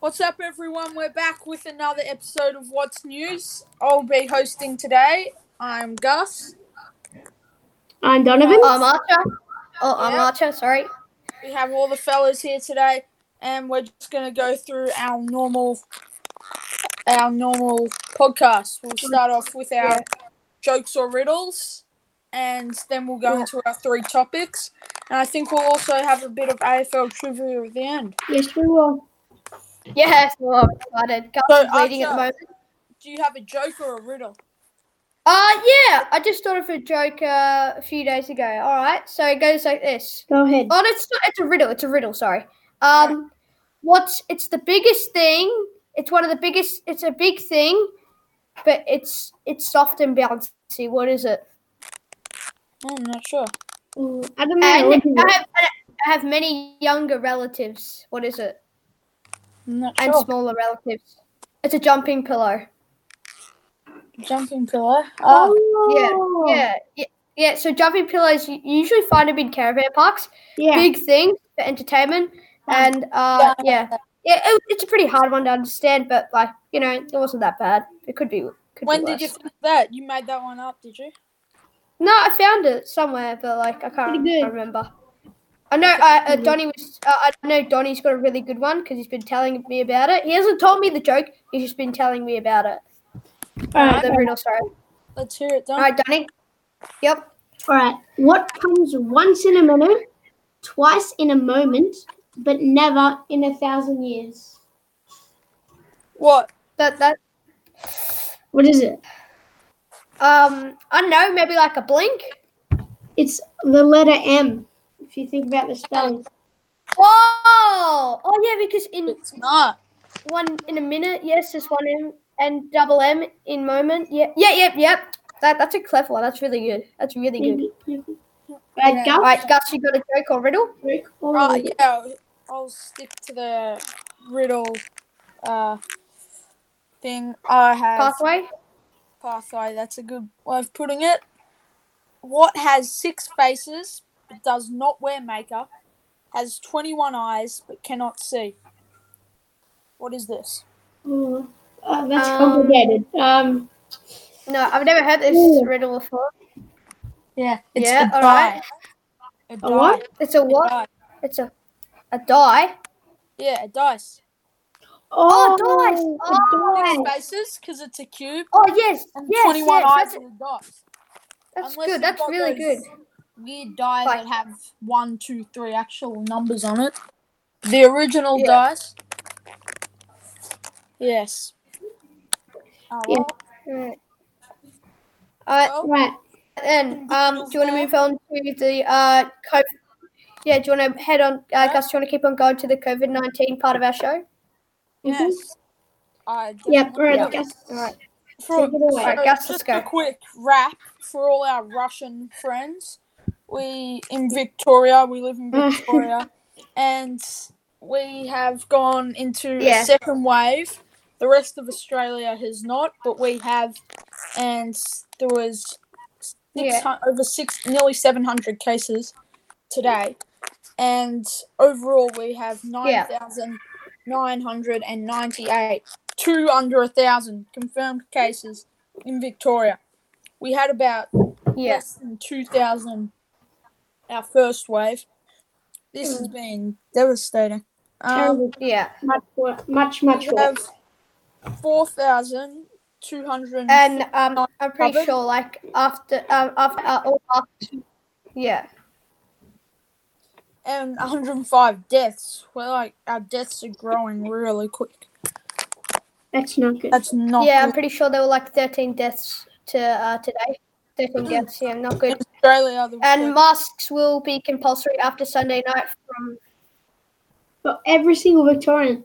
What's up, everyone? We're back with another episode of What's News. I'll be hosting today. I'm Gus. I'm Donovan. I'm Archer. Oh, I'm Yeah. Archer. Sorry. We have all the fellas here today, and we're just gonna go through our normal, our normal podcast. We'll start off with our Yeah. jokes or riddles, and then we'll go Yeah. into our three topics. And I think we'll also have a bit of AFL trivia at the end. yes, we will. Yes, well, I'm excited. Gus So, is leading at the Archer. moment. Do you have a joke or a riddle? Uh, yeah, I just thought of a joke uh, a few days ago. All right, so it goes like this. Go ahead. Oh, no, it's not, it's a riddle. It's a riddle. Sorry. Um, what's it's the biggest thing? It's one of the biggest. It's a big thing, but it's it's soft and bouncy. What is it? Oh, I'm not sure. Mm, I don't know. oh, And what is it? I have, I have many younger relatives. What is it? I'm not And sure. smaller relatives. It's a jumping pillow. Jumping pillow. Oh, Oh, Yeah, yeah, yeah. So jumping pillows you you usually find them in caravan parks. yeah. Big thing for entertainment, and uh, yeah, yeah. It, it's a pretty hard one to understand, but like you know, it wasn't that bad. It could be. Could when be did you worse. think of that? You made that one up, did you? No, I found it somewhere, but like I can't Pretty good. remember. I know uh, uh, Mhm. Donnie was. Uh, I know Donnie's got a really good one because he's been telling me about it. He hasn't told me the joke. He's just been telling me about it. All right. The riddle, sorry. Let's hear it, All Don. right, Donnie. Yep. All right. What comes once in a minute, twice in a moment, but never in a thousand years? What? That that What is it? um I don't know maybe like a blink. It's the letter M. If you think about the spelling. Whoa! Oh yeah, because in It's not. one in a minute, yes, there's one M and double M in moment. Yeah, yeah, yep, yep. That that's a clever one. That's really good. That's really good. Right, All go. right, Gus, you got a joke or riddle? Oh, yeah. I'll- I'll stick to the riddle uh, thing. I have Pathway. pathway. That's a good way of putting it. What has six faces but does not wear makeup, has 21 eyes but cannot see? What is this? Oh, uh, that's Um, complicated. Um, No, I've never heard this Ooh. riddle before. Yeah. Yeah, a all right. die. A what? It's a A what? die. It's a a die. Yeah, a dice. Oh, dice. a Oh. dice. faces because it's a cube. Oh yes, And yes, 21 yes. eyes That's, and a dot. that's Unless good. you've That's got really good. those Weird die Like- that have one, two, three actual numbers on it. The original Yeah. dice. Yes. Oh, Yeah. well, Mm. All right. well, Right. Then, um, do you want to move on to the uh, COVID? Yeah, do you want to head on, uh, Gus? Do you want to keep on going to the COVID nineteen part of our show? Mhm. yes. I Yep. definitely Right. will. Guess. All right. For- Take it away. so Alright, Gus, just let's go. a quick wrap for all our Russian friends. We in Victoria, we live in Victoria, and we have gone into Yeah. a second wave. The rest of Australia has not, but we have, and there was six Yeah. hun- over six, nearly seven hundred cases today, and overall we have nine Yeah. thousand nine hundred and ninety-eight two under a thousand confirmed cases in Victoria. We had about Yeah. less than two thousand our first wave. This Mm. has been devastating. Um, Terrible. Yeah. Much, wor- much, much we worse. have four thousand two hundred. And um, I'm pretty Robin? sure, like after um, after uh, all after, yeah, and 105 deaths. We're like our deaths are growing really quick. That's not good. That's not yeah. I'm good. pretty sure there were like thirteen deaths to uh, today. Thirteen deaths. Yeah, not good. in Australia. The And masks will be compulsory after Sunday night from But every single Victorian,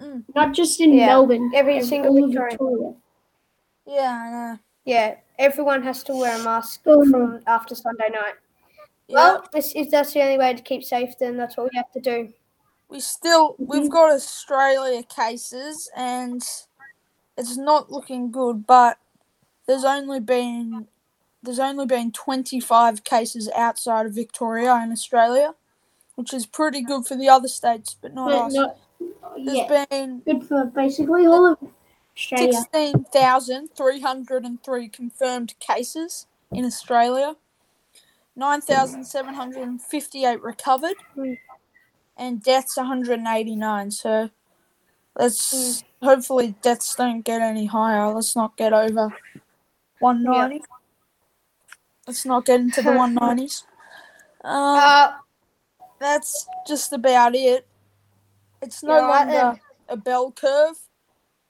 Mm. not just in Yeah. Melbourne, every of single all of Victorian. Victoria. yeah, I know. Yeah, everyone has to wear a mask Oh, no. from after Sunday night. Yeah. Well, this, if that's the only way to keep safe, then that's what we have to do. we still we've Mhm. got Australia cases and it's not looking good, but there's only been there's only been 25 cases outside of Victoria in Australia, which is pretty good for the other states, but not But us. not, There's yeah, been good for basically all of Australia. 16,303 confirmed cases in Australia, 9,758 recovered, and deaths 189. So let's hopefully deaths don't get any higher. Let's not get over 190. Let's not get into the 190s. Um, Uh, that's just about it. It's no Yeah, right then. longer a bell curve.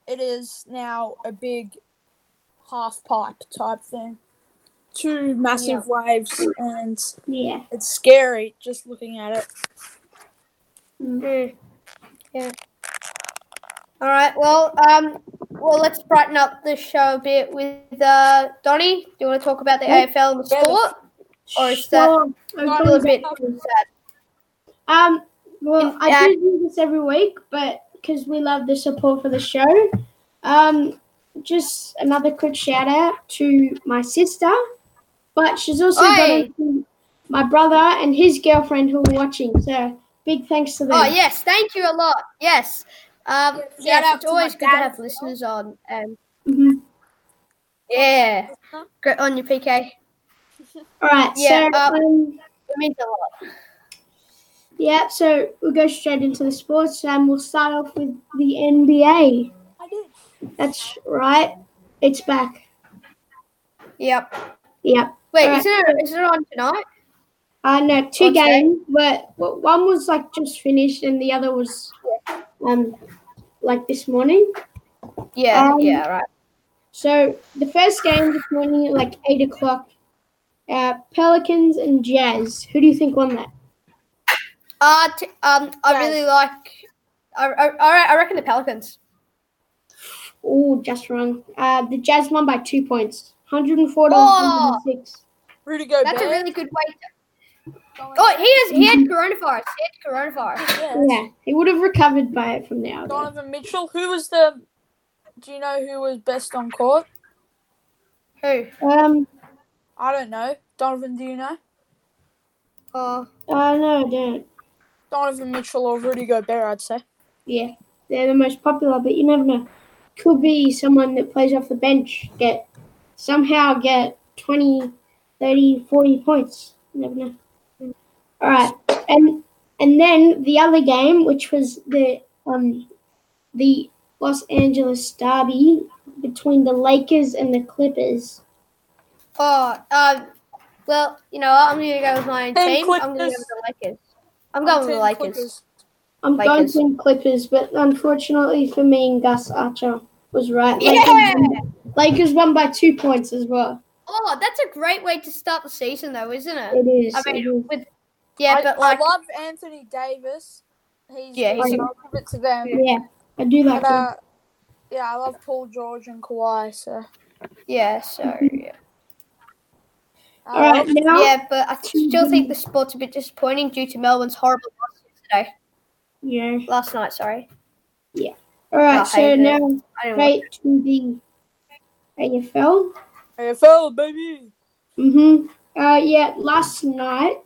It is now a big half pipe type thing. Two massive waves, and Yeah. it's scary just looking at it. Mm. Yeah. All right. Well, um, well, let's brighten up the show a bit with uh, Donny. Do you want to talk about the Yeah. AFL and the Yeah, sport, or is that Sure. Not a Open little bit sad? Um, well, In I do do this every week, but because we love the support for the show, um, just another quick shout out to my sister, but she's also got Oi. on to my brother and his girlfriend who are watching. So big thanks to them. Oh yes, thank you a lot. Yes. Um, shout yes, out it's to my always good to dad have as well. listeners on. Um, Mhm. yeah, great on your PK. It All right. Yeah, So uh, um, means a lot. yeah, so we'll go straight into the sports, and we'll start off with the NBA. I did. That's right. It's back. Yep. Yep. Wait, Alright. is it is it on tonight? Uh, no, two Okay. games, but w- one was like just finished, and the other was um like this morning. Yeah. Um, yeah. Right. So the first game this morning at like eight o'clock, uh, Pelicans and Jazz. Who do you think won that? Uh, t- um, I Jazz. really like. I, I, I reckon the Pelicans. Oh, just wrong. Uh, the Jazz won by two points, hundred and four to Oh. hundred and six. Rudy Gobert. That's a really good way to Oh, he has he had coronavirus. He had coronavirus. yeah. Yeah, he would have recovered by it from now. on. Donovan Mitchell. Who was the? Do you know who was best on court? Who? Um, I don't know. Donovan, do you know? Oh, uh, no, I don't. Donovan Mitchell or Rudy Gobert? I'd say. Yeah, they're the most popular, but you never know. Could be someone that plays off the bench, get somehow get 20, 30, 40 points. You never know. All right, and and then the other game, which was the um the Los Angeles derby between the Lakers and the Clippers. oh. Um. Well, you know what? I'm gonna go with my own Team team. I'm gonna go with Clippers. the Lakers. I'm going with the Team Lakers. Clippers. I'm Lakers. going to Clippers, but unfortunately for me and Gus Archer was right. Yeah. Lakers won by two points as well. Oh, that's a great way to start the season, though, isn't it? It is. I it mean, is. with yeah, I, but I like love Anthony Davis. He's, Yeah, he's- he's- I'll give it to them. Yeah, I do like But, that. uh, yeah, I love Paul George and Kawhi. So uh, yeah, so yeah. All right, now yeah. yeah, but I still think the sport's a bit disappointing due to Melbourne's horrible loss yesterday, last night. Sorry, All right, Oh, I so hate it. now I didn't. straight to the AFL. AFL baby. Mhm. Uh, yeah. Last night,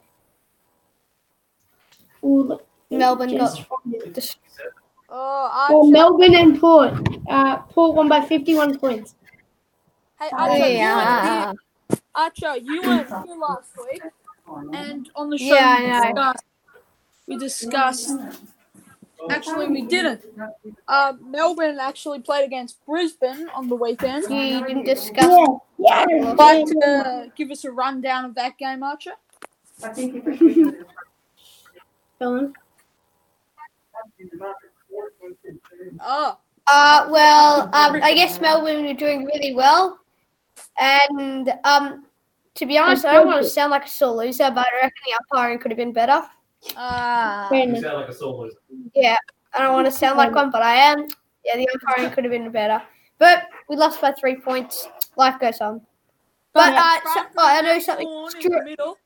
all the- Melbourne just- watch this- Oh, I Well, Melbourne and Port. Uh, Port won by fifty-one points. hey, Oh, Archer, you, weren't yeah. here- Archer, you weren't here last week, and on the show Yeah, I we, discussed, we discussed. Actually, we didn't. Uh, Melbourne actually played against Brisbane on the weekend. You didn't discuss. Yeah. Yeah. Would you like to uh, give us a rundown of that game, Archer? Melbourne. Oh, Uh, well, um, I guess Melbourne were doing really well. And um, to be honest, I don't want to sound like a sore loser, but I reckon the umpiring could have been better. ah, Fair You enough. sound like a sore loser. Yeah, I don't want to sound like one, but I am. Yeah, the umpiring could have been better. But we lost by three points. Life goes on. But uh, so, oh, I know something. Thorn in the Stuart, middle.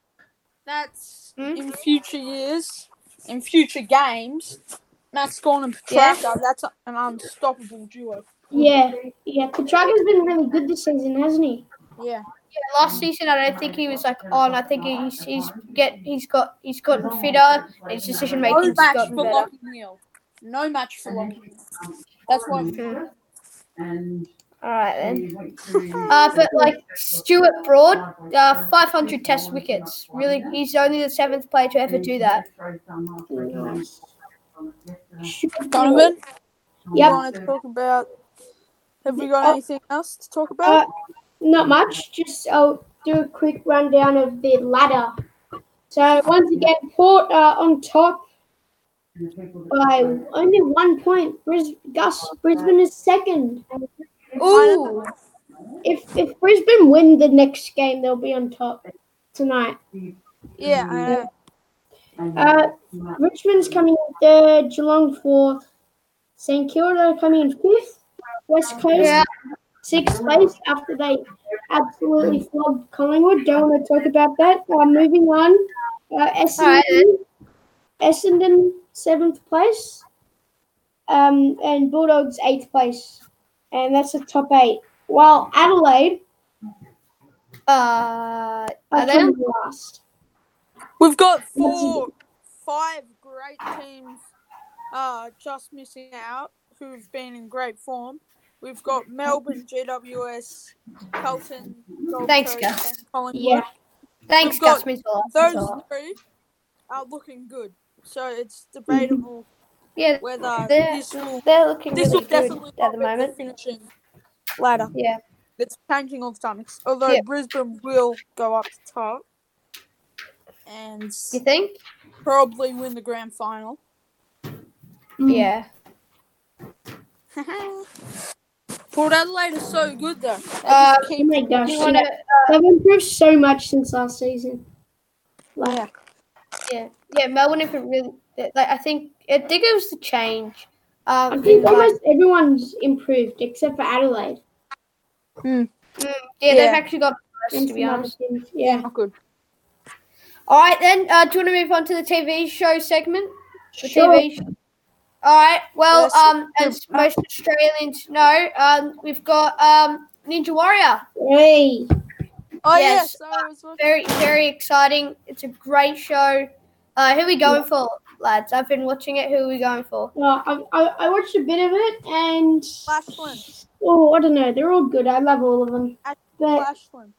That's Hmm? in future years, in future games. Max Gorn and Yeah. Petrarca, that's an unstoppable duo. Yeah. Yeah. Petraga's been really good this season, hasn't he? Yeah. yeah, last season, I don't think he was like on. I think he's he's get he's got he's gotten fitter. His decision making Go has back gotten for better. Lockie Neal. No match for Lockie. That's why. Mhm. And All right then. uh, Uh, but like Stuart Broad, uh, 500 Test wickets. Really, he's only the seventh player to ever do that. Donovan, Yep. you want to talk about? Have we got Uh, anything else to talk about? Uh, not much. Just I'll do a quick rundown of the ladder. So once again, Port are on top by only one point. Bris- Gus Brisbane is second. Ooh, If if Brisbane win the next game, they'll be on top tonight. yeah, I know. Uh, Richmond's coming in third, Geelong fourth, St Kilda coming in fifth, West Coast yeah. sixth place after they absolutely flogged Collingwood. Don't want to talk about that. Uh, moving on, uh, Essendon, Essendon seventh place, um, and Bulldogs eighth place, and that's the top eight. While Adelaide Uh, are Are they? coming last. We've got Let's see. four, five great teams uh, just missing out who've been in great form. We've got Melbourne, GWS, Carlton, Gold Thanks, Coast, Gus. and Collingwood. Yeah, thanks, We've got Gus Mizzle. Those three are looking good. So it's debatable Yeah, whether They're- this will, they're looking this will really good definitely at the not be moment. finishing ladder. Yeah, It's changing all the time. It's- Although Yep. Brisbane will go up the top and you think? probably win the grand final. Mm. Yeah. Port Adelaide is so good though. They Uh, just oh keep- my gosh, You wanna, yeah. they've improved so much since last season. Like, yeah. yeah, yeah. Melbourne if it really like I think I think it was the change. Um, I think in, like- almost everyone's improved except for Adelaide. Mm, yeah, they've Yeah. actually got worse, And to be some other honest. teams, Yeah, Not good. All right, then. Uh, do you want to move on to the TV show segment? The Sure. TV show. All right. Well, Yes. um, as most Australians know, um, we've got um, Ninja Warrior. Hey. Oh yes, Yes, yeah, so I was watching. Very, very exciting. It's a great show. Uh, who are we going for, lads? I've been watching it. Who are we going for? Well, I, I, I watched a bit of it and Flashland. oh, I don't know. They're all good. I love all of them. Actually, But Flashland.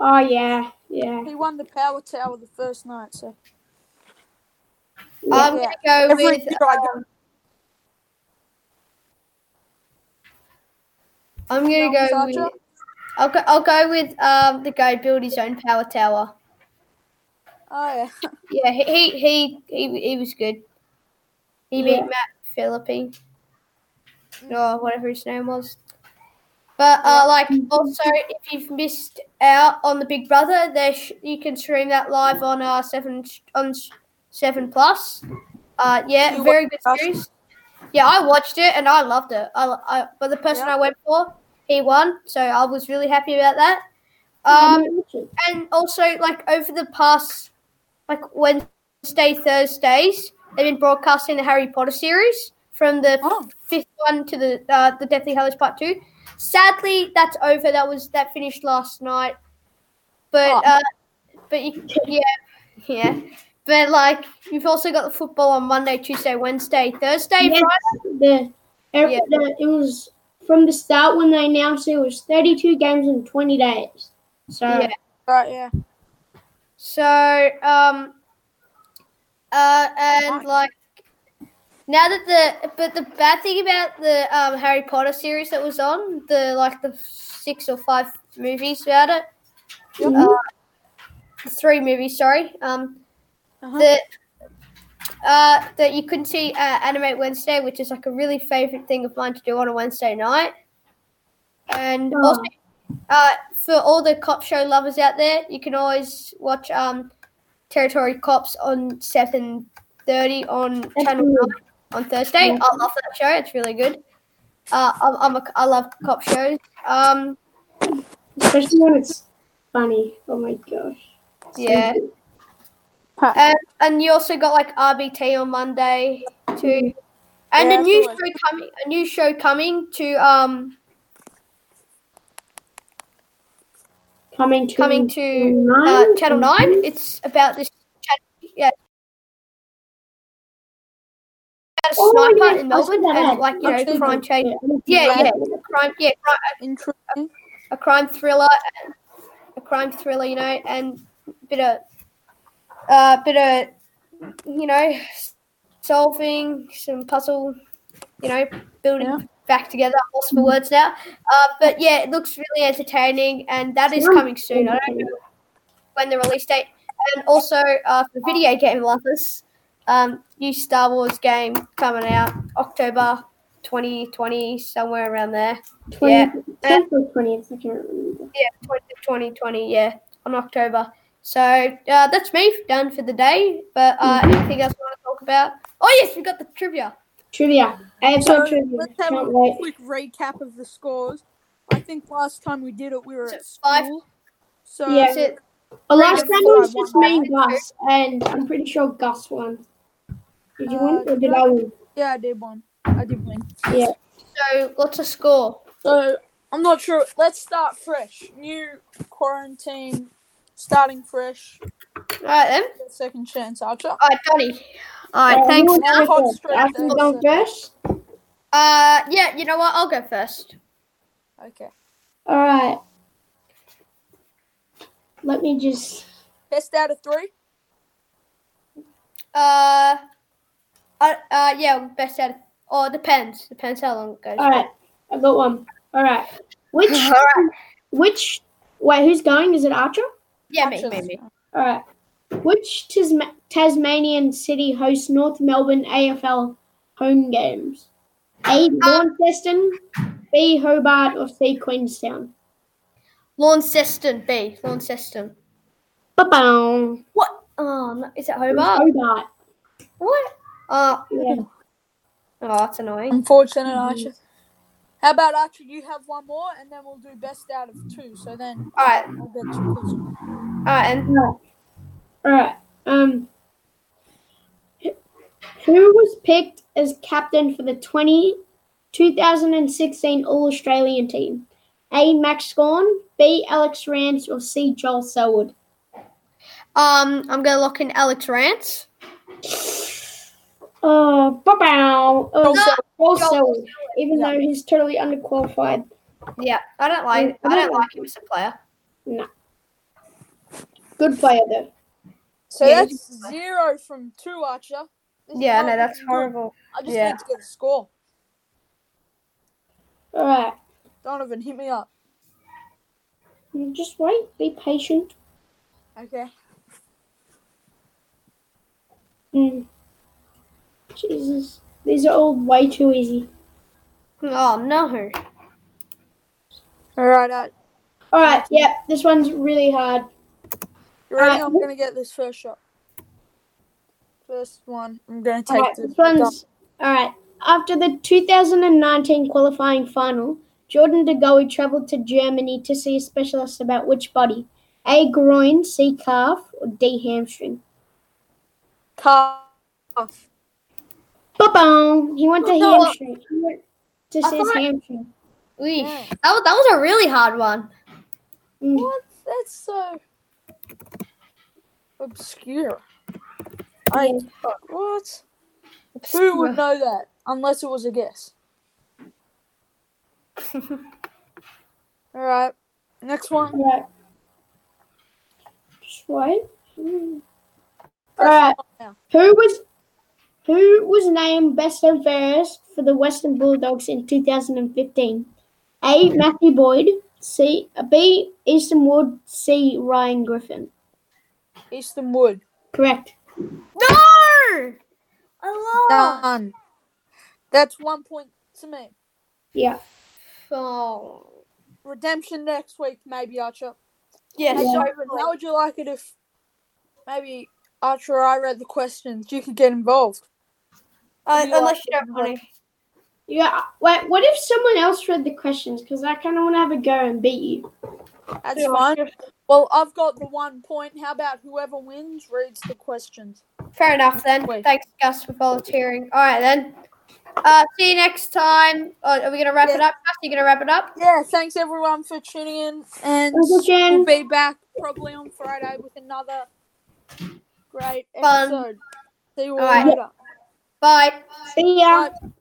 oh yeah, yeah. He won the power tower the first night, so I'm Yeah. gonna go every with. um, year I go I'm gonna Melbourne go Sarger. with. I'll go, I'll go with um, the guy who built his own power tower. Oh yeah. Yeah, he he he, he, he was good. He beat Yeah. Matt Philippi, Mm. or whatever his name was. But uh, like also, if you've missed out on the Big Brother, there sh- you can stream that live on uh seven on s- seven plus. Uh, yeah, You very good watched it? series. Yeah, I watched it and I loved it. I, I but the person Yeah. I went for, he won, so I was really happy about that. Um, Um, and also like over the past like Wednesday, Thursdays, they've been broadcasting the Harry Potter series from the Oh. fifth one to the uh, the Deathly Hallows Part Two. Sadly, that's over. That was that finished last night, but Oh. uh, but you, yeah, yeah. But like you've also got the football on Monday, Tuesday, Wednesday, Thursday, Yes. Friday. the, every, Yeah. the it was from the start when they announced it was 32 games in 20 days. So Yeah. Right, yeah. So, um, uh, and Right. like now that the but the bad thing about the um, Harry Potter series that was on the like the six or five movies about it, Mhm. three movies, sorry, um, Uh-huh. that uh, that you couldn't see uh, Animate Wednesday, which is like a really favorite thing of mine to do on a Wednesday night, and Oh. also uh, for all the cop show lovers out there, you can always watch um, Territory Cops on seven thirty on that's Channel good. Nine on Thursday. Yeah. I love that show; it's really good. Uh, I'm, I'm a, I love cop shows. Um, especially when it's funny. Oh my gosh. yeah, Huh. and, and you also got like RBT on Monday too, and Yeah, a I new saw it. show coming. A new show coming to um Coming to coming to uh, nine? Channel Nine. It's about this. Channel, yeah, about a Oh, sniper yes, in I saw Melbourne that and ad. like you know Absolutely. crime change. Yeah. Yeah, yeah, crime, yeah, crime, Interesting. a crime thriller, and a crime thriller, you know, and bit of, uh, bit of, you know, solving some puzzle, you know, building Yeah. back together. Lost for words now, uh, but yeah, it looks really entertaining, and that is Yeah. coming soon. I don't know when the release date, and also uh, for video game lovers, um, new Star Wars game coming out October. 2020 somewhere around there 20, Yeah. 10th or 20th, I can't remember. yeah, 20 2020, yeah, on October. So uh, that's me done for the day. But uh, anything else you want to talk about? Oh yes, we got the trivia. Trivia. AFL So trivia. let's have Can't a wait. quick recap of the scores. I think last time we did it, we were So at five- school. So Yeah. Is it- Well, last time Three it to was four, just one me and round. Gus, and I'm pretty sure Gus won. Did you Uh, win or did no. I win? yeah, I did one. I did win. So what's a score? So I'm not sure. Let's start fresh. New quarantine, starting fresh. All right then. Um, Get a Second chance, Archer. All right, Donny. All right, Uh, thanks. who Now wants to go hot first? streak I can there, so- go first. Uh, yeah, you know what? I'll go first. Okay. All right. Let me just. Best out of three. Uh, uh, uh yeah, best out. Of, oh, depends. Depends how long it goes. All right, I got one. All right. Which All right. which? Wait, who's going? Is it Archer? Yeah, me, Archer's- me, me. All right. Which Tasma- Tasmanian city hosts North Melbourne AFL home games? A. Launceston, B. Hobart, or C. Queenstown? Launceston B. Launceston. Ba-bum. What? Oh, no, is it It was Hobart? Hobart. What? Uh, Yeah. oh, that's annoying. Unfortunate, Mhm. Archer. How about Archer? You have one more, and then we'll do best out of two. So then All right, I'll get two questions. all right, and All right. Um, who was picked as captain for the 20, 2016 All Australian team? A. Max Scorn, B. Alex Rance, or C. Joel Selwood? um, I'm gonna lock in Alex Rance. Uh, bow Oh, No, Joel Joel Selwood, even Yeah. though he's totally underqualified. Yeah, I don't like, I don't like him as a player. Good player, though. So Yeah. that's zero from two, Archer. This is Yeah, not no, that's looking good. horrible. I just Yeah. need to get a score. All right. Donovan, hit me up. Just wait. Be patient. Okay. Mm. Jesus. These are all way too easy. Oh no. All right, uh, Archer. All right. Yep. This one's really hard. You ready? Alright. I'm gonna get this first shot. First one. I'm gonna take Alright, the this one's all right. After the 2019 qualifying final, Jordan De Goey travelled to Germany to see a specialist about which body: A groin, C calf, or D hamstring. calf. Ba-boom! He went to Oh, no. hamstring. He went to I see his thought- hamstring. Wee. Yeah. That was, that was a really hard one. Mm. What? That's so obscure. I what? Who would know that unless it was a guess? All right. Next one. All right. Just wait. Mm. All right. now. Who was who was named best and fairest for the Western Bulldogs in 2015? A. Matthew Boyd. C. uh, B. Easton Wood. C. Ryan Griffin. Easton Wood. Correct. No. I lost. Done. That's one point to me. Yeah. Oh. Redemption next week, maybe Archer. Yeah. Hey, Yeah. So Donovan, how would you like it if maybe after I read the questions, you could get involved? uh, you unless like you don't want to. Yeah. Wait. What if someone else read the questions? Because I kind of want to have a go and beat you. That's fine. Well, I've got the one point. How about whoever wins reads the questions? Fair enough then. Wait. Thanks, Gus, for volunteering. All right then. Uh, see you next time. Uh, are we gonna wrap it Yeah. up? Gus, you gonna wrap it up? Yeah, thanks everyone for tuning in. And Thank you, Jen. we'll be back probably on Friday with another great Fun. episode. See you all Alright. later. Bye. See ya. Bye.